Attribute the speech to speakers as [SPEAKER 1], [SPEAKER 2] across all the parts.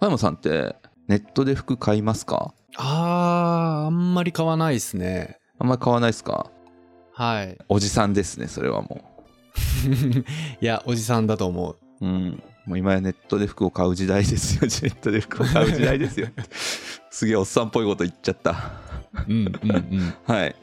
[SPEAKER 1] 小山さんってネットで服買いますか
[SPEAKER 2] あー、あんまり買わないですね。
[SPEAKER 1] あんまり買わないですか
[SPEAKER 2] はい。
[SPEAKER 1] おじさんですねそれはも
[SPEAKER 2] いや、おじさんだと思う。
[SPEAKER 1] ううんもう今やネットで服を買う時代ですよ ネットで服を買う時代ですよ すげえおっさんっぽいこと言っちゃった
[SPEAKER 2] うんうんうん。
[SPEAKER 1] はい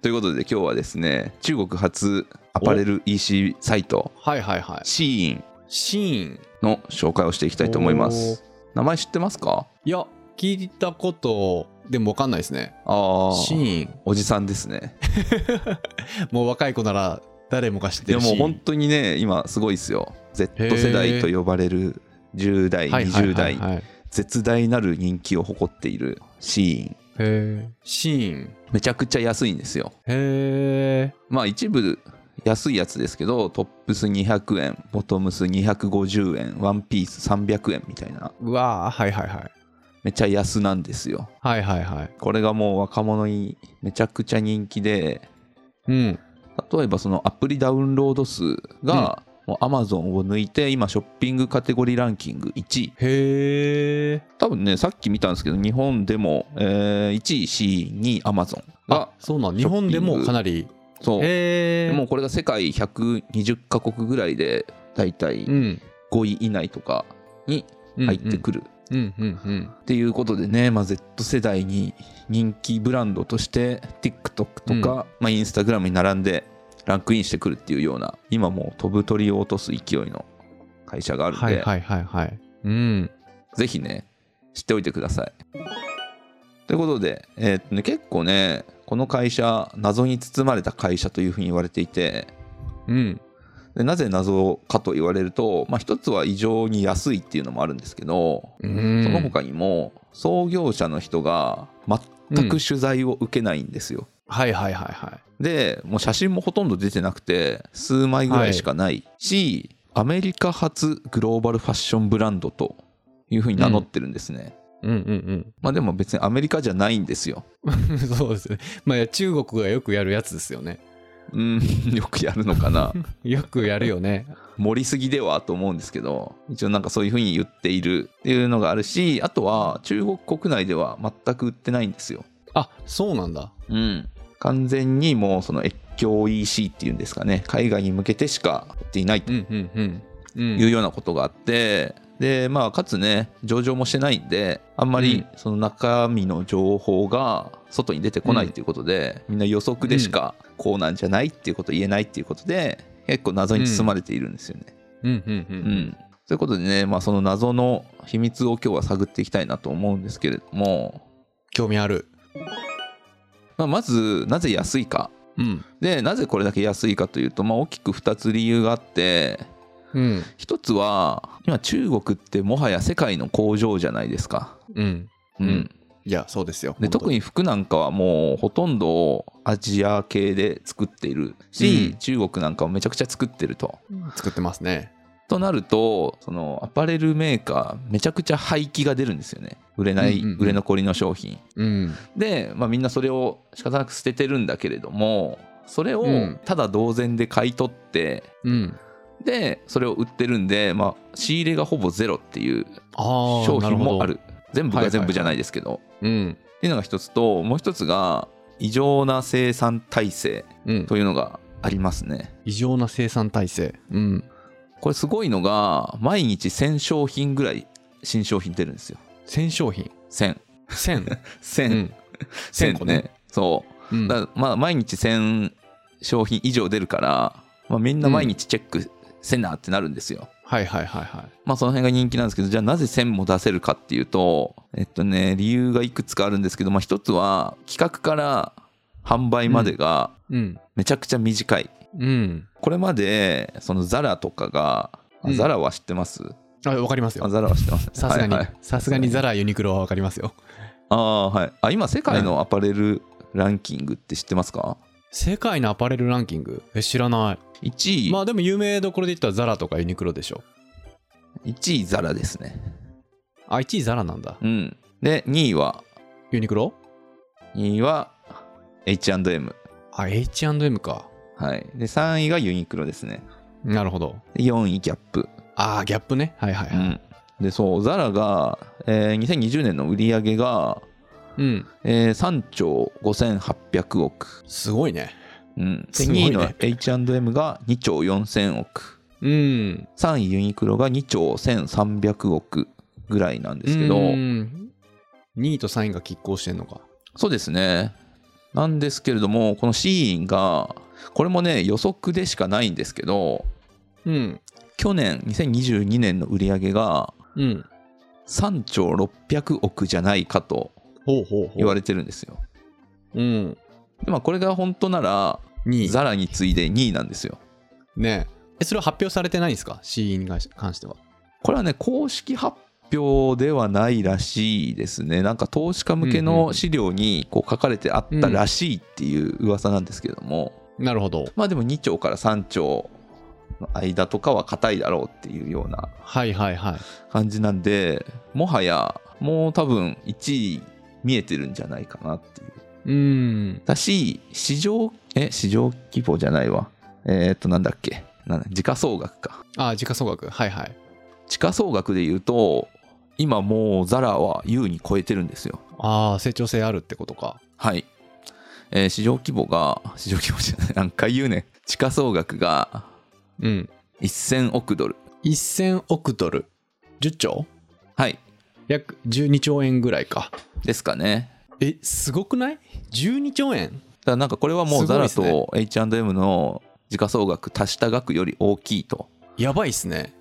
[SPEAKER 1] ということで今日はですね中国発アパレル EC サイト
[SPEAKER 2] はいはいは
[SPEAKER 1] シーイン
[SPEAKER 2] い。シーン。
[SPEAKER 1] の紹介をしていきたいと思います名前知ってますか
[SPEAKER 2] いや、聞いたこと、でもわかんないですね。
[SPEAKER 1] ああ
[SPEAKER 2] シーン。
[SPEAKER 1] おじさんですね
[SPEAKER 2] もう若い子なら誰もが知って
[SPEAKER 1] で
[SPEAKER 2] る
[SPEAKER 1] も
[SPEAKER 2] し。
[SPEAKER 1] もう本当にね今すごいですよ Z 世代と呼ばれる10代
[SPEAKER 2] はいは
[SPEAKER 1] 20
[SPEAKER 2] いはい
[SPEAKER 1] 代
[SPEAKER 2] はいへ
[SPEAKER 1] 絶大なる人気を誇っているシーイン
[SPEAKER 2] え。シーン。
[SPEAKER 1] めちゃくちゃ安いんですよ
[SPEAKER 2] へえ。
[SPEAKER 1] まあ一部安いやつですけどトップス200円ボトムス250円ワンピース300円みたいな
[SPEAKER 2] うわー、はいはいはい。
[SPEAKER 1] めちゃ安なんですよ
[SPEAKER 2] はいはいはい。
[SPEAKER 1] これがもう若者にめちゃくちゃ人気で
[SPEAKER 2] うん。
[SPEAKER 1] 例えばそのアプリダウンロード数がもう Amazon を抜いて今ショッピングカテゴリーランキング1位
[SPEAKER 2] へえ。
[SPEAKER 1] 多分ねさっき見たんですけど日本でも、えー1位 C 2位 Amazon
[SPEAKER 2] あ
[SPEAKER 1] が、
[SPEAKER 2] そうなん。日本でもかなり。
[SPEAKER 1] そう
[SPEAKER 2] へえ。
[SPEAKER 1] もうこれが世界120カ国ぐらいでだいたい
[SPEAKER 2] うん。
[SPEAKER 1] 5位以内とかに入ってくる
[SPEAKER 2] うんうんうん。
[SPEAKER 1] っていうことでね、まあ、Z 世代に人気ブランドとして TikTok とか、
[SPEAKER 2] うん
[SPEAKER 1] まあ、Instagram に並んでランクインしてくるっていうような今もう飛ぶ鳥を落とす勢いの会社があるんで、
[SPEAKER 2] はいはいはいはい。うん。
[SPEAKER 1] ぜひね、知っておいてください。ということで、えーっとね、結構ね、この会社、謎に包まれた会社というふうに言われていて、
[SPEAKER 2] うん。
[SPEAKER 1] でなぜ謎かと言われると、まあ、一つは異常に安いっていうのもあるんですけど、
[SPEAKER 2] うん
[SPEAKER 1] その他にも、創業者の人が全く取材を受けないんですよ。
[SPEAKER 2] はいはいはいは
[SPEAKER 1] で、もう写真もほとんど出てなくて、数枚ぐらいしかないし、アメリカ発グローバルファッションブランドというふうに名乗ってるんですね。
[SPEAKER 2] い。うんうん
[SPEAKER 1] まあでも別にアメリカじゃないんですよ。
[SPEAKER 2] うん。 そうですね。まあ中国がよくやるやつですよね。
[SPEAKER 1] うん、 よくやるのかな。
[SPEAKER 2] よくやるよね。
[SPEAKER 1] 盛りすぎではと思うんですけど、一応なんかそういうふうに言っているっていうのがあるし、あとは中国国内では全く売ってないんですよ。
[SPEAKER 2] あそうなんだ。
[SPEAKER 1] うん。完全にもうその越境 EC っていうんですかね、海外に向けてしか売っていないと
[SPEAKER 2] うんうんうん。う、
[SPEAKER 1] いうんようなことがあって、で、まあかつね、上場もしてないんで、あんまりその中身の情報が外に出てこないっていうことで、みんな予測でしかこうなんじゃないっていうこと言えないっていうことで、結構謎に包まれているんですよね。
[SPEAKER 2] うんうんう
[SPEAKER 1] うん
[SPEAKER 2] ん。
[SPEAKER 1] ということでね、まあ、その謎の秘密を今日は探っていきたいなと思うんですけれども、
[SPEAKER 2] 興味ある。
[SPEAKER 1] まあ、まずなぜ安いか
[SPEAKER 2] うん。
[SPEAKER 1] でなぜこれだけ安いかというと、まあ、大きく2つ理由があって
[SPEAKER 2] うん。
[SPEAKER 1] 1つは今中国ってもはや世界の工場じゃないですか。
[SPEAKER 2] うん。
[SPEAKER 1] うん
[SPEAKER 2] うんいや、そうですよ。
[SPEAKER 1] で特
[SPEAKER 2] に。
[SPEAKER 1] に服なんかはもうほとんどアジア系で作っているし、
[SPEAKER 2] うん
[SPEAKER 1] 中国なんかもめちゃくちゃ作ってると。
[SPEAKER 2] 作ってますね。
[SPEAKER 1] となるとそのアパレルメーカーめちゃくちゃ廃棄が出るんですよね売れない、
[SPEAKER 2] うんうんうん
[SPEAKER 1] 売れ残りの商品
[SPEAKER 2] うん。
[SPEAKER 1] で、まあ、みんなそれを仕方なく捨ててるんだけれどもそれを
[SPEAKER 2] うん
[SPEAKER 1] ただ同然で買い取って、
[SPEAKER 2] うん。
[SPEAKER 1] でそれを売ってるんで、まあ、仕入れがほぼゼロっていう
[SPEAKER 2] ああ、
[SPEAKER 1] 商品もあ
[SPEAKER 2] な
[SPEAKER 1] る
[SPEAKER 2] ほ
[SPEAKER 1] 全部
[SPEAKER 2] はい
[SPEAKER 1] が
[SPEAKER 2] はいはい
[SPEAKER 1] 全部じゃないですけど、
[SPEAKER 2] ど。うん。
[SPEAKER 1] っていうのが一つともう一つが異常な生産体制
[SPEAKER 2] うん。
[SPEAKER 1] というのがありますね
[SPEAKER 2] 異常な生産体制。うん。
[SPEAKER 1] これすごいのが毎日1000商品ぐらい新商品出るんですよ
[SPEAKER 2] 1000商 品。
[SPEAKER 1] 1000
[SPEAKER 2] 1000。う
[SPEAKER 1] 1000
[SPEAKER 2] ん。1000個ね
[SPEAKER 1] そう
[SPEAKER 2] うん。
[SPEAKER 1] だからまあ毎日1000商品以上出るから、まあ、みんな毎日チェックせなってなるんですよ。
[SPEAKER 2] はいはいはいはい。
[SPEAKER 1] まあその辺が人気なんですけど、じゃあなぜ1000も出せるかっていうと、えっとね、理由がいくつかあるんですけど、まあ一つは企画から販売までが
[SPEAKER 2] うん。
[SPEAKER 1] めちゃくちゃ短い。
[SPEAKER 2] うん。
[SPEAKER 1] これまで、そのザラとかが、あ
[SPEAKER 2] うん
[SPEAKER 1] ザラは知ってます、
[SPEAKER 2] あ、わかります
[SPEAKER 1] あ
[SPEAKER 2] よ。
[SPEAKER 1] ザラは知ってます。
[SPEAKER 2] さすがに
[SPEAKER 1] はいはい、
[SPEAKER 2] さすがにザラユニクロはわかりますよ。
[SPEAKER 1] ああ、はい。あ、今世界のアパレルランキングって知ってますか
[SPEAKER 2] 世界のアパレルランキングえ、知らな
[SPEAKER 1] ?1
[SPEAKER 2] い。
[SPEAKER 1] 位、
[SPEAKER 2] まあでも有名どころで言ったらザラとかユニクロでしょ。
[SPEAKER 1] 1位ザラですね。
[SPEAKER 2] あ、1位ザラなんだ。
[SPEAKER 1] うん。で、2位は、
[SPEAKER 2] ユニクロ
[SPEAKER 1] 2位は H&M。
[SPEAKER 2] あ、H&M か。
[SPEAKER 1] はい。で、3位がユニクロですね。
[SPEAKER 2] なるほど。
[SPEAKER 1] で4位ギャップ。
[SPEAKER 2] ああ、ギャップね。はいはいはい。
[SPEAKER 1] うんでそうザラが、えー2020年の売り上げが、
[SPEAKER 2] うん。
[SPEAKER 1] えー3兆5800億、
[SPEAKER 2] すごいね。
[SPEAKER 1] うん、
[SPEAKER 2] す
[SPEAKER 1] で
[SPEAKER 2] ごい
[SPEAKER 1] 2
[SPEAKER 2] ね
[SPEAKER 1] 位の H&M が2兆4000億
[SPEAKER 2] うん。
[SPEAKER 1] 3位ユニクロが2兆1300億ぐらいなんですけど、
[SPEAKER 2] うん2位と3位が拮抗してんのか。
[SPEAKER 1] そうですねなんですけれどもこのシーンがこれもね予測でしかないんですけど
[SPEAKER 2] うん。
[SPEAKER 1] 去年2022年の売り上げが
[SPEAKER 2] うん。
[SPEAKER 1] 3兆600億じゃないかと
[SPEAKER 2] ほうほうほう。
[SPEAKER 1] 言われてるんですよ
[SPEAKER 2] うん。
[SPEAKER 1] でまあこれが本当なら
[SPEAKER 2] 2位。
[SPEAKER 1] ザラに次いで2位なんですよ
[SPEAKER 2] ねええ。それは発表されてないんですか ?CE に関し関しては。
[SPEAKER 1] これはね公式発表ではないらしいですねなんか投資家向け
[SPEAKER 2] うんうんう
[SPEAKER 1] の
[SPEAKER 2] ん
[SPEAKER 1] 資料にこう書かれてあったらしいっていう噂なんですけれども、
[SPEAKER 2] なるほど。
[SPEAKER 1] まあでも2兆から3兆の間とかは硬いだろうっていうような
[SPEAKER 2] はいはいはい。
[SPEAKER 1] 感じなんでもはやもう多分1位見えてるんじゃないかなっていう
[SPEAKER 2] うん。
[SPEAKER 1] だし市場え市場規模じゃないわえーっとなんだっけなんだ時価総額か
[SPEAKER 2] あ、時価総額。はいはい。
[SPEAKER 1] 時価総額で言うと今もうザラは優に超えてるんですよ
[SPEAKER 2] ああ、成長性あるってことか。
[SPEAKER 1] はい、えー市場規模が市場規模じゃない何回言うねん時価総額が
[SPEAKER 2] うん。
[SPEAKER 1] 1000億ドル
[SPEAKER 2] 1000億ドル。10兆
[SPEAKER 1] はい
[SPEAKER 2] 約12兆円ぐらいか。
[SPEAKER 1] ですかね
[SPEAKER 2] え、すごくない ?12 兆円
[SPEAKER 1] だからなんかこれはもう
[SPEAKER 2] すご
[SPEAKER 1] ザ
[SPEAKER 2] い
[SPEAKER 1] ラ
[SPEAKER 2] ですね
[SPEAKER 1] と H&M の時価総額足した額より大きいと
[SPEAKER 2] やばいっすね。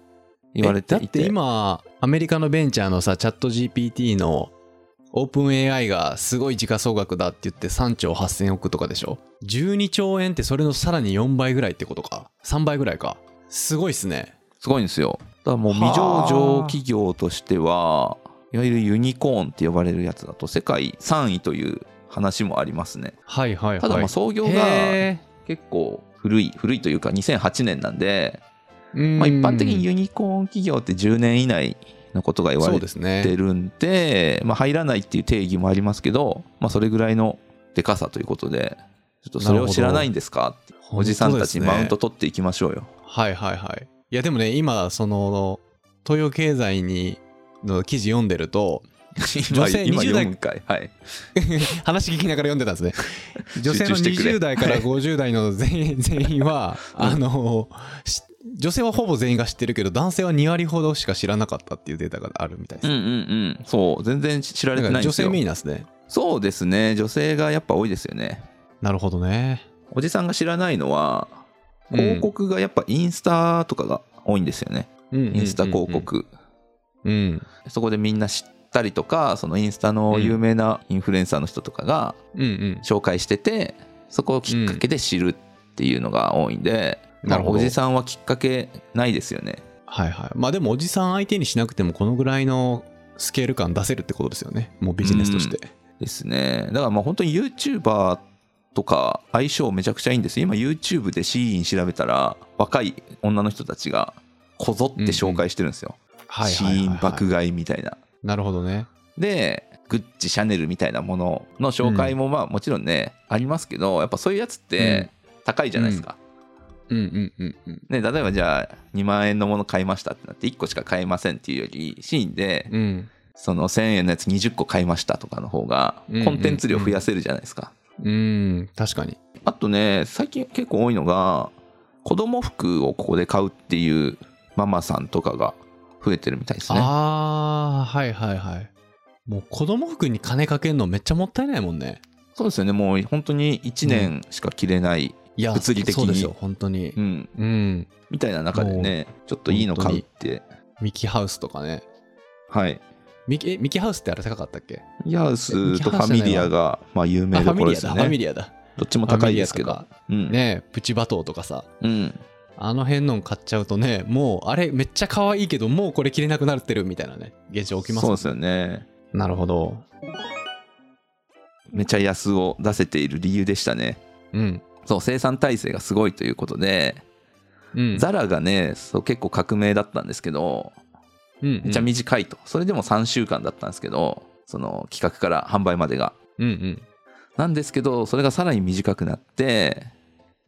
[SPEAKER 1] 言われて
[SPEAKER 2] えだ
[SPEAKER 1] い
[SPEAKER 2] って
[SPEAKER 1] て
[SPEAKER 2] 今アメリカのベンチャーのさチャット GPT のオープン AI がすごい時価総額だって言って3兆8000億とかでしょ12兆円ってそれのさらに4倍ぐらいってことか3倍ぐらいかすごいっすね
[SPEAKER 1] すごいんですよだからもう未上場企業としてはいわゆるユニコーンって呼ばれるやつだと世界3位という話もありますね
[SPEAKER 2] はいはいはい
[SPEAKER 1] ただまあ創業が
[SPEAKER 2] へ
[SPEAKER 1] 結構古い古いというか2008年なんで
[SPEAKER 2] ー
[SPEAKER 1] まあ、一般的に
[SPEAKER 2] う
[SPEAKER 1] ユニコーン企業って10年以内のことが言
[SPEAKER 2] ん
[SPEAKER 1] わ
[SPEAKER 2] そ
[SPEAKER 1] れ
[SPEAKER 2] うですね
[SPEAKER 1] てるんでまあ、入らないっていう定義もありますけど、まあ、それぐらいのでかさということでちょっとそれを知らないんですかっておじさんたちにマウント取っていきましょうよ。
[SPEAKER 2] はいはいはい。いやでもね、今、その、東洋経済に、の記事読んでると、女性
[SPEAKER 1] 今今
[SPEAKER 2] 20代
[SPEAKER 1] 4回、はい、
[SPEAKER 2] 話聞きながら読んでた んですね。女性の
[SPEAKER 1] 集中してくれ
[SPEAKER 2] 20代から50代の全員全員 は、あの、し女性はほぼ全員が知ってるけど、男性は2割ほどしか知らなかったっていうデータがあるみたいで
[SPEAKER 1] うん
[SPEAKER 2] す。
[SPEAKER 1] うんうんそう全然知られて
[SPEAKER 2] だ
[SPEAKER 1] な
[SPEAKER 2] か
[SPEAKER 1] いん
[SPEAKER 2] ら女
[SPEAKER 1] です
[SPEAKER 2] 性
[SPEAKER 1] よ
[SPEAKER 2] メインなんですね。
[SPEAKER 1] そうですね女性がやっぱ多いですよね
[SPEAKER 2] なるほどね。
[SPEAKER 1] おじさんが知らないのは
[SPEAKER 2] うん
[SPEAKER 1] 広告がやっぱインスタとかが多いんですよね、イ
[SPEAKER 2] イ
[SPEAKER 1] ンスタ広。告、
[SPEAKER 2] うん。
[SPEAKER 1] そこでみんな知ったりとかそのインスタの有名なインフルエンサーの人とかが
[SPEAKER 2] うんうん。
[SPEAKER 1] 紹介しててそこをきっかけで知るっていうのが多いんで、
[SPEAKER 2] うん
[SPEAKER 1] まあ
[SPEAKER 2] なるほど
[SPEAKER 1] おじさんはきっかけないですよね
[SPEAKER 2] はいはい。まあでも、おじさん相手にしなくても、このぐらいのスケール感出せるってことですよね。もうビジネスとして。
[SPEAKER 1] ですねだからまあ本当に YouTuber とか相性めちゃくちゃいいんですよ今 YouTube でシーン調べたら若い女の人たちがこぞって紹介してるんですよ、
[SPEAKER 2] はい
[SPEAKER 1] シ
[SPEAKER 2] はいはい
[SPEAKER 1] ー
[SPEAKER 2] はい
[SPEAKER 1] ン爆買いみたいな
[SPEAKER 2] なるほどね。
[SPEAKER 1] でグッチシャネルみたいなものの紹介もまあもちろんね、ありますけどやっぱそういうやつって高いじゃないですか、
[SPEAKER 2] うんうんうんうん。
[SPEAKER 1] ね、例えばじゃあ2万円のもの買いましたってなって1個しか買えませんっていうよりシーンで
[SPEAKER 2] うん。
[SPEAKER 1] その1000円のやつ20個買いましたとかの方が
[SPEAKER 2] うんうん
[SPEAKER 1] コンテンツ量増やせるじゃないですか、
[SPEAKER 2] うん。確かに。
[SPEAKER 1] あとね最近結構多いのが子供服をここで買うっていうママさんとかが増えてるみたいですね
[SPEAKER 2] ああ、はいはいはい。もう子供服に金かけるのめっちゃもったいないもんね。
[SPEAKER 1] そうですよねもう本当に1年しか着れない、
[SPEAKER 2] いや、
[SPEAKER 1] 物理的に
[SPEAKER 2] そうですよ、本当に
[SPEAKER 1] う。ん、
[SPEAKER 2] うん。
[SPEAKER 1] みたいな中でねちょっといいの買うって
[SPEAKER 2] ミキハウスとかね。
[SPEAKER 1] はい
[SPEAKER 2] ミキえミキハウスってあれ高かったっけ
[SPEAKER 1] ヤースとファミリアがまあ有
[SPEAKER 2] あ
[SPEAKER 1] 名
[SPEAKER 2] フ
[SPEAKER 1] ど
[SPEAKER 2] ァ
[SPEAKER 1] こ
[SPEAKER 2] ミ
[SPEAKER 1] ろ
[SPEAKER 2] リ
[SPEAKER 1] で
[SPEAKER 2] ア
[SPEAKER 1] す
[SPEAKER 2] だ、
[SPEAKER 1] よ
[SPEAKER 2] ファミ
[SPEAKER 1] ね
[SPEAKER 2] リアだ。
[SPEAKER 1] どっちも高いですけ
[SPEAKER 2] フ
[SPEAKER 1] ど
[SPEAKER 2] ァミリアとか
[SPEAKER 1] うん
[SPEAKER 2] ねプチバトーとかさ。
[SPEAKER 1] うん
[SPEAKER 2] あの辺の買っちゃうとね、もうあれめっちゃ可愛いけど、もうこれ着れなくなってるみたいなね、現象起きま
[SPEAKER 1] そ
[SPEAKER 2] す
[SPEAKER 1] う
[SPEAKER 2] もん
[SPEAKER 1] ですよね
[SPEAKER 2] なるほど。
[SPEAKER 1] めちゃ安を出せている理由でしたね
[SPEAKER 2] うん。
[SPEAKER 1] そう生産体制がすごいということで、
[SPEAKER 2] うん。
[SPEAKER 1] ザラがねそう結構革命だったんですけど
[SPEAKER 2] うん、
[SPEAKER 1] めちゃ短いと、それでも3週間だったんですけどその企画から販売までが
[SPEAKER 2] うんうん。
[SPEAKER 1] なんですけどそれがさらに短くなって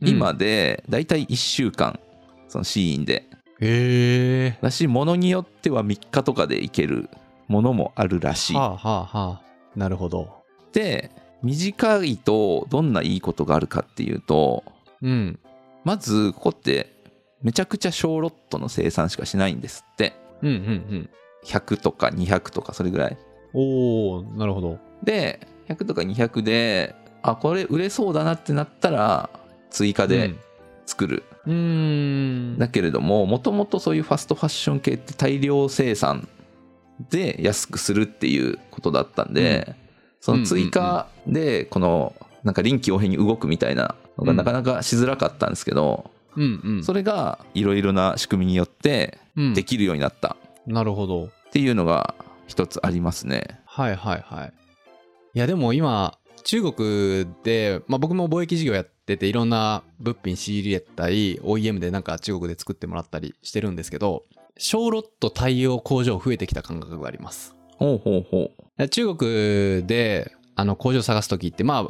[SPEAKER 2] うん
[SPEAKER 1] 今でだいたい1週間そのシーンで
[SPEAKER 2] へえ
[SPEAKER 1] だしものによっては3日とかでいけるものもあるらしい
[SPEAKER 2] はあはあはあなるほど
[SPEAKER 1] で短いとどんないいことがあるかっていうと
[SPEAKER 2] うん
[SPEAKER 1] まずここってめちゃくちゃ小ロットの生産しかしないんですって
[SPEAKER 2] うんうんうん
[SPEAKER 1] 100とか200とかそれぐらい
[SPEAKER 2] おおなるほど
[SPEAKER 1] で100とか200であこれ売れそうだなってなったら追加で作る、
[SPEAKER 2] うんうーん
[SPEAKER 1] だけれどももともとそういうファストファッション系って大量生産で安くするっていうことだったんで、その追加でこのなんか臨機応変に動くみたいなのがなかなかしづらかったんですけど、
[SPEAKER 2] うんうん
[SPEAKER 1] それがいろいろな仕組みによって
[SPEAKER 2] うん
[SPEAKER 1] できるようになった
[SPEAKER 2] なるほど
[SPEAKER 1] っていうのが一つありますね。
[SPEAKER 2] はいはいはい。いやでも今中国で、まあ、僕も貿易事業やってていろんな物品仕入れたり OEM でなんか中国で作ってもらったりしてるんですけど小ロット対応工場増えてきた感覚があります。
[SPEAKER 1] ほうほうほう。
[SPEAKER 2] 中国であの工場探す時ってまあ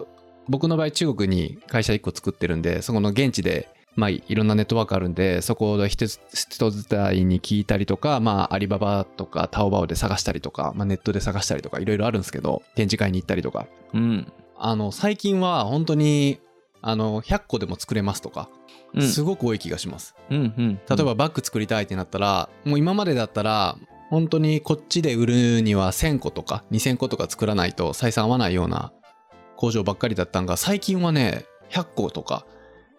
[SPEAKER 2] 僕の場合中国に会社1個作ってるんでそこの現地でまあいろんなネットワークあるんでそこで人人伝いに聞いたりとかまあアリババとかタオバオで探したりとか、まあ、ネットで探したりとかいろいろあるんですけど展示会に行ったりとか
[SPEAKER 1] うん。
[SPEAKER 2] あの最近は本当にあの100個でも作れますとか
[SPEAKER 1] うん。
[SPEAKER 2] すごく多い気がします、
[SPEAKER 1] うんうん、
[SPEAKER 2] 例えばバッグ作りたいってなったらもう今までだったら本当にこっちで売るには1000個とか2000個とか作らないと採算合わないような工場ばっかりだったんが最近はね100個とか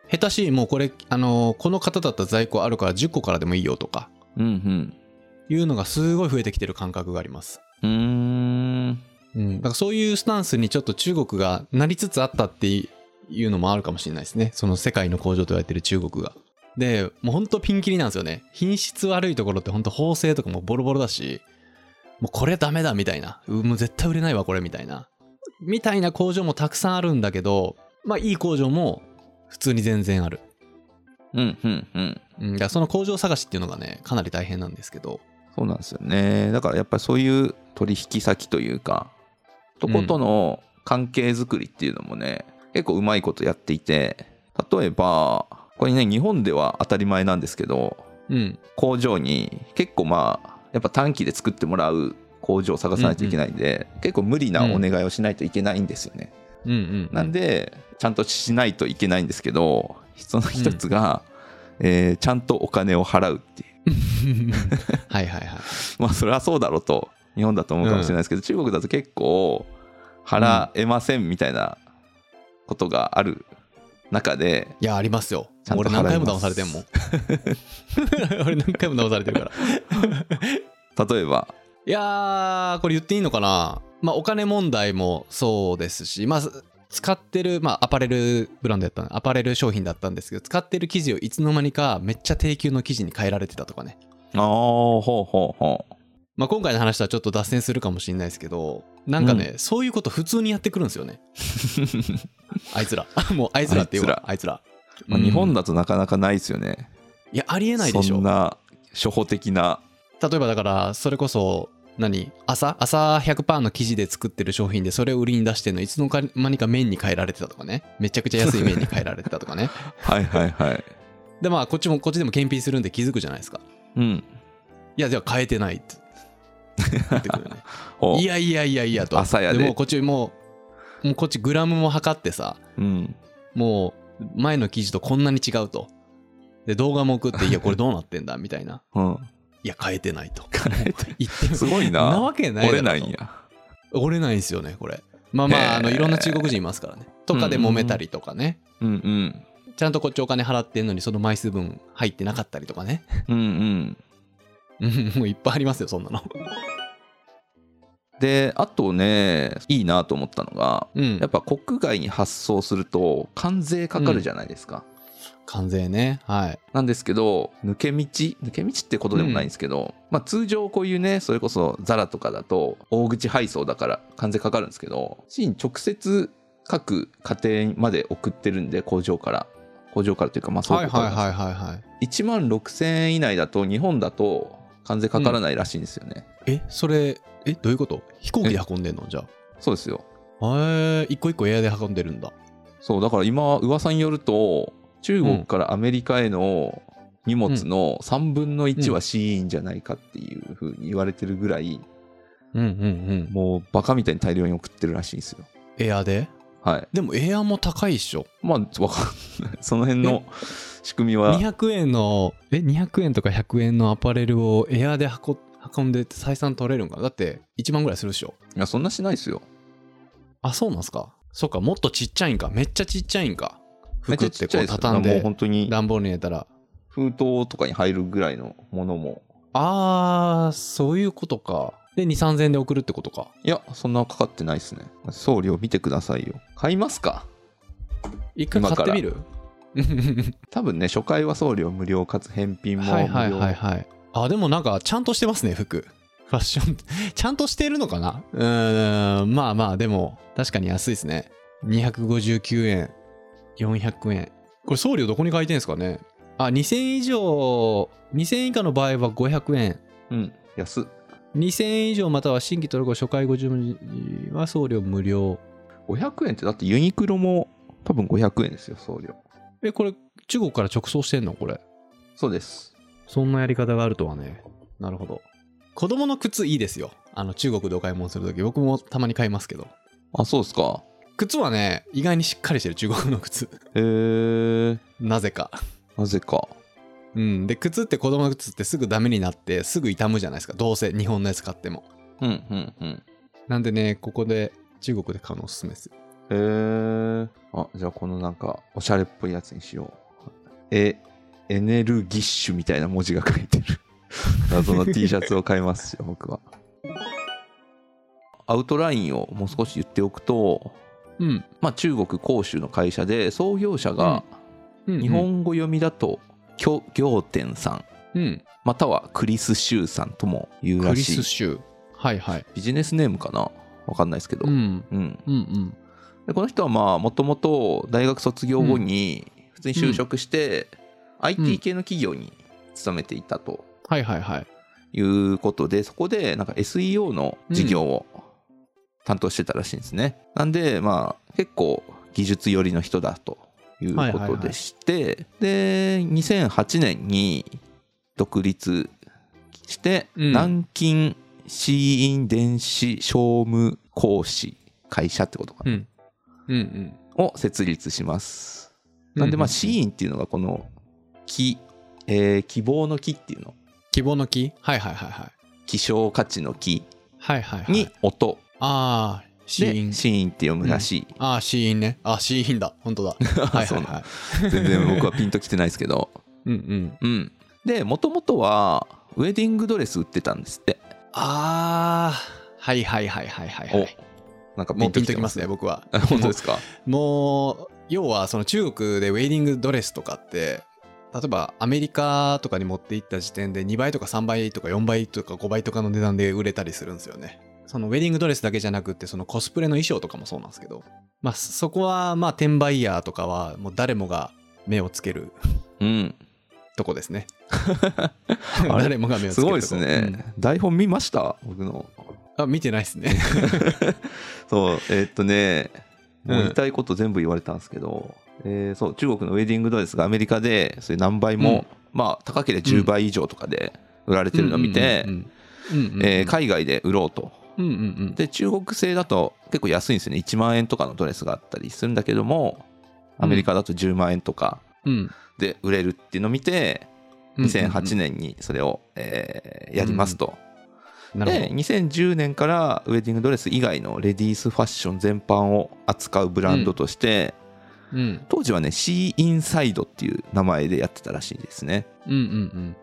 [SPEAKER 2] 下手しいもうこれあのこの方だったら在庫あるから10個からでもいいよとか
[SPEAKER 1] うんうん。
[SPEAKER 2] いうのがすごい増えてきてる感覚があります。
[SPEAKER 1] うーん。
[SPEAKER 2] うん、だからそういうスタンスにちょっと中国がなりつつあったっていうのもあるかもしれないですねその世界の工場と言われてる中国がでもうほんとピンキリなんですよね品質悪いところってほんと縫製とかもボロボロだしもうこれダメだみたいなうもう絶対売れないわこれみたいなみたいな工場もたくさんあるんだけどまあいい工場も普通に全然ある、
[SPEAKER 1] うんうんうん。
[SPEAKER 2] うん、だからその工場探しっていうのがねかなり大変なんですけど
[SPEAKER 1] そうなんですよね。だからやっぱりそういう取引先というか、とことの関係づくりっていうのもね、結構うまいことやっていて、例えば、これね、日本では当たり前なんですけど、
[SPEAKER 2] うん
[SPEAKER 1] 工場に結構まあ、やっぱ短期で作ってもらう工場を探さないといけないんで、結構無理なお願いをしないといけないんですよね。
[SPEAKER 2] うんうんう
[SPEAKER 1] なんで、ちゃんとしないといけないんですけど、その一つが、えーちゃんとお金を払うっていう。
[SPEAKER 2] はいはいはい
[SPEAKER 1] まあそれはそうだろうと日本だと思うかもしれないですけど、中国だと結構払えませんみたいなことがある中で、
[SPEAKER 2] いや、ありますよ
[SPEAKER 1] ち。ゃんと
[SPEAKER 2] 俺
[SPEAKER 1] 払い
[SPEAKER 2] 何回も
[SPEAKER 1] ま
[SPEAKER 2] 騙
[SPEAKER 1] す
[SPEAKER 2] されてんもん。 俺何回も騙されてるから。
[SPEAKER 1] 例えば
[SPEAKER 2] いやー、これ言っていいのかなまあ、お金問題もそうですし、まあ、使ってる、まあ、アパレルブランドやったのアパレル商品だったんですけど、使ってる生地をいつの間にかめっちゃ低級の生地に変えられてたとかね。
[SPEAKER 1] ああほうほうほう
[SPEAKER 2] まあ、今回の話とはちょっと脱線するかもしれないですけど、なんかね、そういうこと普通にやってくるんです よね。あいつら。もうあいつらって言うわ。あいつら。
[SPEAKER 1] まあ、日本
[SPEAKER 2] だ。
[SPEAKER 1] だとなかなかないですよね、
[SPEAKER 2] いや、ありえないでしょ。
[SPEAKER 1] そんな初歩的な
[SPEAKER 2] 例えばだからそれこそ何朝朝100%の生地で作ってる商品でそれを売りに出してるのいつの間にか麺に変えられてたとかねめちゃくちゃ安い麺に変えられてたとかね
[SPEAKER 1] はいはいはい
[SPEAKER 2] でまあこっちもこっちでも検品するんで気づくじゃないですか
[SPEAKER 1] うん
[SPEAKER 2] いやじゃあ変えてないって言ってくる よね
[SPEAKER 1] ほう
[SPEAKER 2] いやいやいやいやと
[SPEAKER 1] 朝やで
[SPEAKER 2] でもこっちもうもうこっちグラムも測ってさ
[SPEAKER 1] うん
[SPEAKER 2] もう前の生地とこんなに違うとで動画も送っていやこれどうなってんだみたいな
[SPEAKER 1] うん、
[SPEAKER 2] いや変えてないと変えて言って
[SPEAKER 1] すごい
[SPEAKER 2] な
[SPEAKER 1] な
[SPEAKER 2] わけない
[SPEAKER 1] 折
[SPEAKER 2] だろ
[SPEAKER 1] れ
[SPEAKER 2] と
[SPEAKER 1] ないんや
[SPEAKER 2] 折れないんですよねこれまあまああの
[SPEAKER 1] へー
[SPEAKER 2] いろんな中国人いますからねとかで揉めたりとかね、
[SPEAKER 1] うんうん
[SPEAKER 2] ちゃんとこっちお金払ってんのにその枚数分入ってなかったりとかね
[SPEAKER 1] うんうん
[SPEAKER 2] うんもういっぱいありますよそんなの
[SPEAKER 1] であとねいいなと思ったのが
[SPEAKER 2] うん
[SPEAKER 1] やっぱ国外に発送すると関税かかるじゃないですか。
[SPEAKER 2] 関税ねはい
[SPEAKER 1] なんですけど抜け道抜け道ってことでもないんですけど、まあ、通常こういうねそれこそザラとかだと大口配送だから関税かかるんですけどシーン直接各家庭まで送ってるんで工場から工場からというかまあそう
[SPEAKER 2] はいいうはい
[SPEAKER 1] い
[SPEAKER 2] はいはいはい
[SPEAKER 1] 1万6000円以内だと日本だと関税かからないらしいんですよね、
[SPEAKER 2] えそれえどういうこと飛行機で運んでんのじゃ
[SPEAKER 1] そうですよ
[SPEAKER 2] あへえ一個一個エアで運んでるんだ
[SPEAKER 1] そうだから今噂によると中国からアメリカへの荷物の3分の1は c インじゃないかっていうふうに言われてるぐらい、
[SPEAKER 2] うんうんうん。
[SPEAKER 1] もうバカみたいに大量に送ってるらしいんですよ。
[SPEAKER 2] エアで
[SPEAKER 1] はい。
[SPEAKER 2] でもエアも高いっしょ。
[SPEAKER 1] まあ、わかんない。 その辺の仕組みは、
[SPEAKER 2] 200円の、え、200円とか100円のアパレルをエアで運運んでって採算取れるんかなだって1万ぐらいするっしょ。
[SPEAKER 1] いや、そんなしないですよ。
[SPEAKER 2] あ、そうなんすかそっか、もっとちっちゃいんか。めっちゃちっちゃいんか。
[SPEAKER 1] めっち
[SPEAKER 2] 服っ
[SPEAKER 1] ゃち
[SPEAKER 2] て
[SPEAKER 1] っちゃ
[SPEAKER 2] こ
[SPEAKER 1] いうですよ
[SPEAKER 2] 畳ん
[SPEAKER 1] もう
[SPEAKER 2] で、
[SPEAKER 1] 本当に
[SPEAKER 2] 段ボールに入れたら。
[SPEAKER 1] 封筒とかに入るぐらいのものも、
[SPEAKER 2] あー、そういうことか。で、2、3000円で送るってことか。
[SPEAKER 1] いや、そんなかかってないですね。送料見てくださいよ。買いますか
[SPEAKER 2] 一回買ってみる
[SPEAKER 1] 多分ね、初回は送料無料かつ返品も無料。
[SPEAKER 2] はいはいはいはい。あ、でもなんか、ちゃんとしてますね、服。ファッション、 ちゃんとしてるのかなうーん、まあまあ、でも、確かに安いですね。259円、400円。これ、送料どこに書いてんすかねあ、2000円以上、2000円以下の場合は500円。
[SPEAKER 1] うん、安っ。
[SPEAKER 2] 2000円以上または新規登録後初回50文字は送料無料。
[SPEAKER 1] 500円ってだってユニクロも多分500円ですよ、送料。
[SPEAKER 2] え、これ、中国から直送してんのこれ。
[SPEAKER 1] そうです。
[SPEAKER 2] そんなやり方があるとはね。なるほど。子供の靴いいですよ。あの、中国でお買い物するとき、僕もたまに買いますけど。
[SPEAKER 1] あ、そうですか。
[SPEAKER 2] 靴はね、意外にしっかりしてる、中国の靴。
[SPEAKER 1] へえー、
[SPEAKER 2] なぜか。
[SPEAKER 1] なぜか。
[SPEAKER 2] うん。で、靴って子供の靴ってすぐダメになって、すぐ傷むじゃないですか。どうせ日本のやつ買っても。
[SPEAKER 1] うん、うん、うん。
[SPEAKER 2] なんでね、ここで中国で買うのおすすめですよ。
[SPEAKER 1] へえー、あ、じゃあこのなんか、おしゃれっぽいやつにしよう。え、エネルギッシュみたいな文字が書いてる。 謎の T シャツを買いますよ、僕は。アウトラインをもう少し言っておくと、
[SPEAKER 2] うん。
[SPEAKER 1] まあ、中国広州の会社で創業者が
[SPEAKER 2] うん
[SPEAKER 1] 日本語読みだと許行天さん
[SPEAKER 2] うん。
[SPEAKER 1] またはクリス・シューさんとも言う
[SPEAKER 2] ク
[SPEAKER 1] ら
[SPEAKER 2] リ
[SPEAKER 1] し
[SPEAKER 2] ス
[SPEAKER 1] い
[SPEAKER 2] 州。はいはい。
[SPEAKER 1] ビジネスネームかなわかんないですけど、
[SPEAKER 2] うん。
[SPEAKER 1] うん
[SPEAKER 2] うんうん。
[SPEAKER 1] でこの人はまあもともと大学卒業後に普通に就職して IT 系の企業に勤めていたと
[SPEAKER 2] はいはいはい。
[SPEAKER 1] いうことでそこでなんか SEO の事業を担当してたらしいんですね、なんでまあ結構技術寄りの人だという
[SPEAKER 2] はい
[SPEAKER 1] こ
[SPEAKER 2] はいは
[SPEAKER 1] と
[SPEAKER 2] い
[SPEAKER 1] でして、で2008年に独立して、
[SPEAKER 2] うん
[SPEAKER 1] 南京シーイン電子商務講師会社ってことかな
[SPEAKER 2] うん。うんうん。
[SPEAKER 1] を設立します。なんで、まあ、シーンっていうのがこの、希、えー希望の希っていうの、
[SPEAKER 2] 希望の木はいはいはいはい。
[SPEAKER 1] 希少価値の希
[SPEAKER 2] はいはいはい。
[SPEAKER 1] に音
[SPEAKER 2] ああ、シ
[SPEAKER 1] で、
[SPEAKER 2] ーン。
[SPEAKER 1] シーンって読むらしい。
[SPEAKER 2] ああ、シーンね。ああ、シーンだ。本当だ。は いは
[SPEAKER 1] そう
[SPEAKER 2] い
[SPEAKER 1] な
[SPEAKER 2] はい。
[SPEAKER 1] 全然僕はピンときてないですけど。
[SPEAKER 2] うんうん。
[SPEAKER 1] うん。で、もともとは、ウェディングドレス売ってたんですって。
[SPEAKER 2] ああ、はいはいはいはいはいは
[SPEAKER 1] お
[SPEAKER 2] い。
[SPEAKER 1] なんかピ
[SPEAKER 2] も
[SPEAKER 1] ン
[SPEAKER 2] う
[SPEAKER 1] とき
[SPEAKER 2] ピンと
[SPEAKER 1] て
[SPEAKER 2] き
[SPEAKER 1] ま
[SPEAKER 2] ます
[SPEAKER 1] す
[SPEAKER 2] ね、
[SPEAKER 1] ね。。
[SPEAKER 2] 僕 は
[SPEAKER 1] 本当ですか
[SPEAKER 2] もう、もう要はその中国でウェディングドレスとかって、例えばアメリカとかに持っていった時点で2倍とか3倍とか4倍とか5倍とかの値段で売れたりするんですよね。そのウェディングドレスだけじゃなくってそのコスプレの衣装とかもそうなんですけど、まあそそこはまあ転売ヤーとかはもう誰もが目をつける
[SPEAKER 1] うん。
[SPEAKER 2] とこですね。
[SPEAKER 1] あれ
[SPEAKER 2] 誰もが目をつ
[SPEAKER 1] す
[SPEAKER 2] けるとこ
[SPEAKER 1] ごいですね。
[SPEAKER 2] うん
[SPEAKER 1] 台本見ました僕の。
[SPEAKER 2] あ、見てないですね。
[SPEAKER 1] そう、えーっとね、もう
[SPEAKER 2] うん
[SPEAKER 1] 言いたいこと全部言われたんですけど、えーそう、中国のウェディングドレスがアメリカで、それ何倍も、まあ、高ければ10倍以上とかで売られてるのを見て
[SPEAKER 2] う、んうんうんうん、うんうんうん
[SPEAKER 1] えー海外で売ろうと。
[SPEAKER 2] うんうんうん
[SPEAKER 1] で、中国製だと結構安いんですよね。1万円とかのドレスがあったりするんだけども、アメリカだと10万円とか
[SPEAKER 2] うん
[SPEAKER 1] で売れるっていうのを見て、
[SPEAKER 2] うん
[SPEAKER 1] 2008年にそれを、えーやりますと。
[SPEAKER 2] なるほど
[SPEAKER 1] で2010年からウェディングドレス以外のレディースファッション全般を扱うブランドとして、
[SPEAKER 2] うん
[SPEAKER 1] 当時はねシーインサイドっていう名前でやってたらしいですね
[SPEAKER 2] うんうん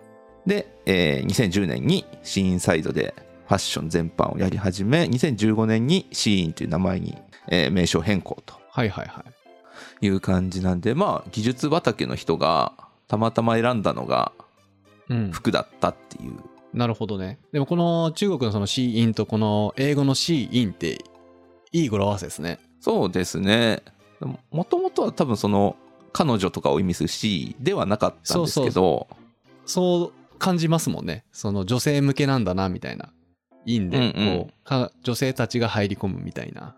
[SPEAKER 1] で、えー2010年にシーインサイドでファッション全般をやり始め2015年にシーインという名前に、えー名称変更と
[SPEAKER 2] はいはいはい
[SPEAKER 1] いう感じなんでまあ技術畑の人がたまたま選んだのが
[SPEAKER 2] うん
[SPEAKER 1] 服だったっていう
[SPEAKER 2] なるほどねでもこの中国のそのシーインとこの英語のシーインっていい語呂合わせですね
[SPEAKER 1] そうですね。もともとは多分その彼女とかを意味するしではなかったんですけど、
[SPEAKER 2] そう感じますもんねその女性向けなんだなみたいなインで
[SPEAKER 1] うん
[SPEAKER 2] こう、
[SPEAKER 1] うん
[SPEAKER 2] か女性たちが入り込むみたいな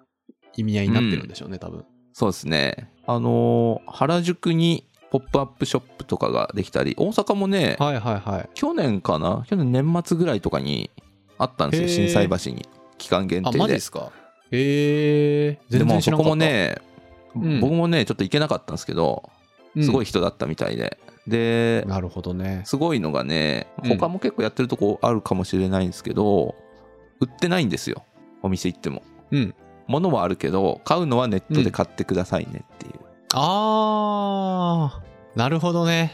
[SPEAKER 2] 意味合いになってるんでしょうね、多分
[SPEAKER 1] そうですね。あのー原宿にポップアップショップとかができたり大阪もね、
[SPEAKER 2] はいはいはい
[SPEAKER 1] 去年かな去年年末ぐらいとかにあったんです
[SPEAKER 2] へ
[SPEAKER 1] よ
[SPEAKER 2] ー
[SPEAKER 1] 心斎橋に期間限
[SPEAKER 2] あ
[SPEAKER 1] 定で
[SPEAKER 2] マジですかえー、
[SPEAKER 1] で
[SPEAKER 2] 全然
[SPEAKER 1] も
[SPEAKER 2] 知
[SPEAKER 1] そ
[SPEAKER 2] らんか
[SPEAKER 1] こ
[SPEAKER 2] っ
[SPEAKER 1] も
[SPEAKER 2] た
[SPEAKER 1] ね、
[SPEAKER 2] うん
[SPEAKER 1] 僕もねちょっと行けなかったんですけどすごい、人だったみたいで、で
[SPEAKER 2] うんなるほどね
[SPEAKER 1] すごいのがね
[SPEAKER 2] うん
[SPEAKER 1] 他も結構やってるとこあるかもしれないんですけど、売ってないんですよお店行っても
[SPEAKER 2] うん
[SPEAKER 1] 物はあるけど買うのはネットで買ってくださいねっていう、
[SPEAKER 2] あーなるほどね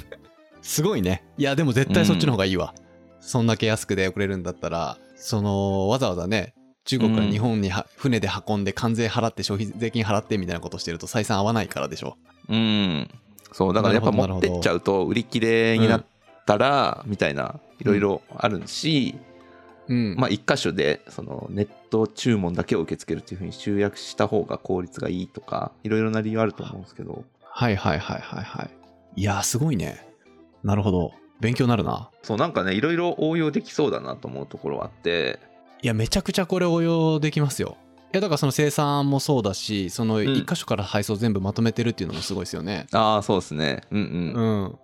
[SPEAKER 2] すごいねいやでも絶対そっちの方がいいわ、そんだけ安くで送れるんだったらそのわざわざね中国から日本には、船で運んで関税払って消費税金払ってみたいなことしてると採算合わないからでしょ
[SPEAKER 1] うんそうだからやっぱ
[SPEAKER 2] なる
[SPEAKER 1] 持
[SPEAKER 2] ほ
[SPEAKER 1] っ
[SPEAKER 2] ど
[SPEAKER 1] てっちゃうと売り切れになったら、みたいないろいろあるし、
[SPEAKER 2] うん
[SPEAKER 1] まあ一箇所でそのネット注文だけを受け付けるっていうふうに集約した方が効率がいいとかいろいろな理由あると思うんですけど
[SPEAKER 2] はいはいはいはいはいいやーすごいねなるほど勉強になるな
[SPEAKER 1] そうなんかねいろいろ応用できそうだなと思うところはあって
[SPEAKER 2] いやめちゃくちゃこれ応用できますよいやだからその生産もそうだしその
[SPEAKER 1] ん
[SPEAKER 2] 一箇所から配送全部まとめてるっていうのもすごいですよね
[SPEAKER 1] ああそうですねうんうん、
[SPEAKER 2] うん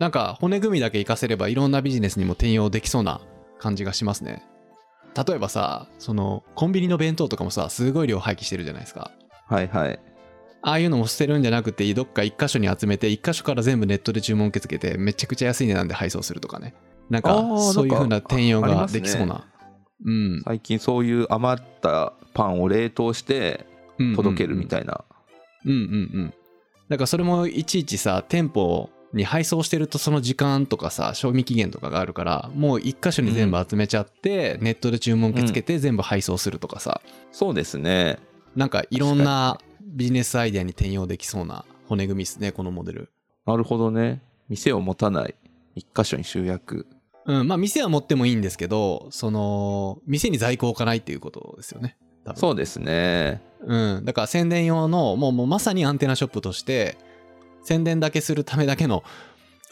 [SPEAKER 2] なんか骨組みだけ活かせればいろんなビジネスにも転用できそうな感じがしますね例えばさそのコンビニの弁当とかもさすごい量廃棄してるじゃないですか
[SPEAKER 1] はいはい
[SPEAKER 2] ああいうのも捨てるんじゃなくてどっか一箇所に集めて一箇所から全部ネットで注文受け付けてめちゃくちゃ安い値段で配送するとかねなん
[SPEAKER 1] あ
[SPEAKER 2] か
[SPEAKER 1] ーなんか
[SPEAKER 2] そういう風な転用
[SPEAKER 1] あり
[SPEAKER 2] が
[SPEAKER 1] ますね
[SPEAKER 2] できそうなうん
[SPEAKER 1] 最近そういう余ったパンを冷凍して
[SPEAKER 2] うん
[SPEAKER 1] 届けるみ
[SPEAKER 2] い
[SPEAKER 1] たいな、
[SPEAKER 2] うんうんうんだからそれもいちいちさ店舗に配送してるとその時間とかさ賞味期限とかがあるからもう一箇所に全部集めちゃって、ネットで注文受け付けて全部配送するとかさ、
[SPEAKER 1] そうですね
[SPEAKER 2] なんかいろんなビジネスアイデアに転用できそうな骨組みですねこのモデル
[SPEAKER 1] なるほどね店を持たない一箇所に集約
[SPEAKER 2] うん、まあ店は持ってもいいんですけど、その、店に在庫を置かないっていうことですよね。多分
[SPEAKER 1] そうですね
[SPEAKER 2] うん。だから宣伝用の、もうもうまさにアンテナショップとして、宣伝だけするためだけの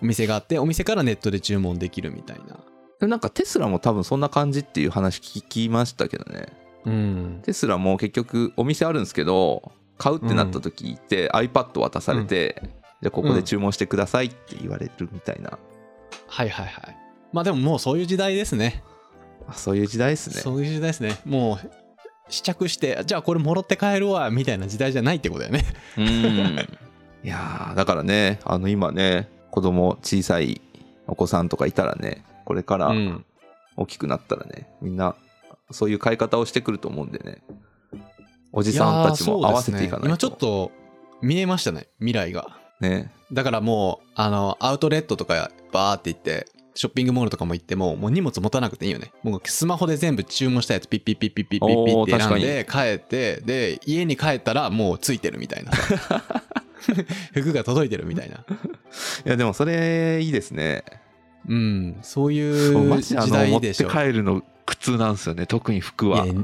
[SPEAKER 2] お店があって、お店からネットで注文できるみたいな。
[SPEAKER 1] でもなんかテスラも多分そんな感じっていう話聞きましたけどね
[SPEAKER 2] うん。
[SPEAKER 1] テスラも結局お店あるんですけど買うってなった時って iPad 渡されて、じゃあここで注文してくださいって言われるみたいな、
[SPEAKER 2] はいはいはい。まあでももうそういう時代ですね。
[SPEAKER 1] あそういう時代ですね
[SPEAKER 2] そういう時代ですね。もう、試着して、じゃあこれもろって帰るわ、みたいな時代じゃないってことだよね。
[SPEAKER 1] うんいやーだからねあの今ね子供小さいお子さんとかいたらねこれから
[SPEAKER 2] うん。
[SPEAKER 1] 大きくなったらねみんなそういう買い方をしてくると思うんでねおじさんたちも合わせていかないと
[SPEAKER 2] やーそうですね今ちょっと見えましたね、未来が。
[SPEAKER 1] ね
[SPEAKER 2] だからもう、あの、アウトレットとかバーって行って、ショッピングモールとかも行っても、もう荷物持たなくていいよね。もうスマホで全部注文したやつピッピッピッピッピッピッピッって選んで、帰って、で、家に帰ったらもうついてるみたいな さ。服が届いてるみたいな。
[SPEAKER 1] いやでもそれいいですね
[SPEAKER 2] うん、そう
[SPEAKER 1] もう
[SPEAKER 2] いう
[SPEAKER 1] マジ
[SPEAKER 2] 時
[SPEAKER 1] あの持
[SPEAKER 2] 代
[SPEAKER 1] っ
[SPEAKER 2] で
[SPEAKER 1] て
[SPEAKER 2] しょ。
[SPEAKER 1] 帰るの苦痛なんですよね特に服はい
[SPEAKER 2] や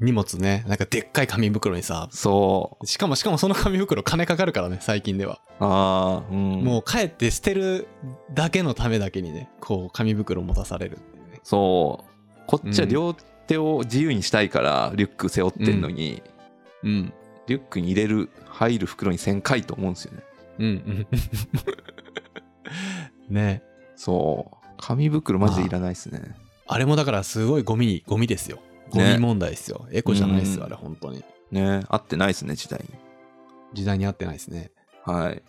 [SPEAKER 2] 荷物ね、なんかでっかい紙袋にさ、
[SPEAKER 1] そう
[SPEAKER 2] しかもしかもその紙袋金かかるからね、最近では。
[SPEAKER 1] ああうん
[SPEAKER 2] もう帰って捨てるだけのためだけにね、こう紙袋持たされるっていうね。
[SPEAKER 1] そうこっちは
[SPEAKER 2] うん
[SPEAKER 1] 両手を自由にしたいからリュック背負ってんのに、
[SPEAKER 2] うん。
[SPEAKER 1] リュックに入れる入る袋に1000回と思うんですよね
[SPEAKER 2] うん うん。ね
[SPEAKER 1] そう紙袋マジでいらないですね
[SPEAKER 2] あれもだからすごいゴミ、ゴミですよ。ゴミ問題ですよ。エコじゃないで
[SPEAKER 1] う
[SPEAKER 2] すよ、
[SPEAKER 1] ん
[SPEAKER 2] あれ本当に。
[SPEAKER 1] ね合ってないですね時代に
[SPEAKER 2] 時代に合ってないですね。
[SPEAKER 1] はい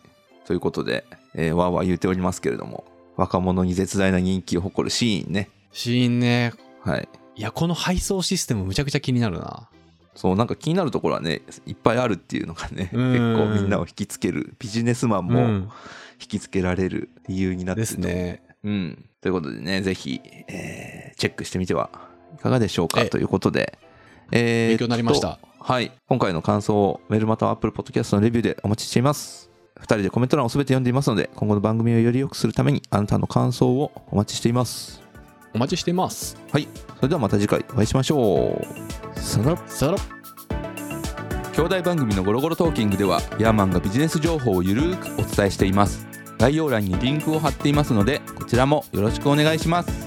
[SPEAKER 1] ということで、えーわーわー言うておりますけれども若者に絶大な人気を誇るシーンね
[SPEAKER 2] シーンね。
[SPEAKER 1] はい
[SPEAKER 2] いや、この配送システムむちゃくちゃ気になるな。
[SPEAKER 1] そうなんか気になるところはねいっぱいあるっていうのが ね結
[SPEAKER 2] うん
[SPEAKER 1] 構みんなを引きつけるビジネスマン
[SPEAKER 2] う
[SPEAKER 1] も
[SPEAKER 2] ん
[SPEAKER 1] 引きつけられる理由になってる
[SPEAKER 2] で
[SPEAKER 1] と
[SPEAKER 2] す
[SPEAKER 1] 思う
[SPEAKER 2] ね。
[SPEAKER 1] うん、ということでね、ぜひ、えーチェックしてみてはいかがでしょうか
[SPEAKER 2] ええ
[SPEAKER 1] ということで、えー
[SPEAKER 2] 勉強になりまし。た。
[SPEAKER 1] はい、今回の感想をメールまたは Apple Podcast のレビューでお待ちしています。2人でコメント欄を全て読んでいますので、今後の番組をより良くするために、あなたの感想をお待ちしています。
[SPEAKER 2] お待ちしています。
[SPEAKER 1] はい、それではまた次回お会いしましょう。さよなら。
[SPEAKER 2] さよなら
[SPEAKER 1] 兄弟番組のゴロゴロトーキングではヤーマンがビジネス情報をゆるーくお伝えしています概要欄にリンクを貼っていますのでこちらもよろしくお願いします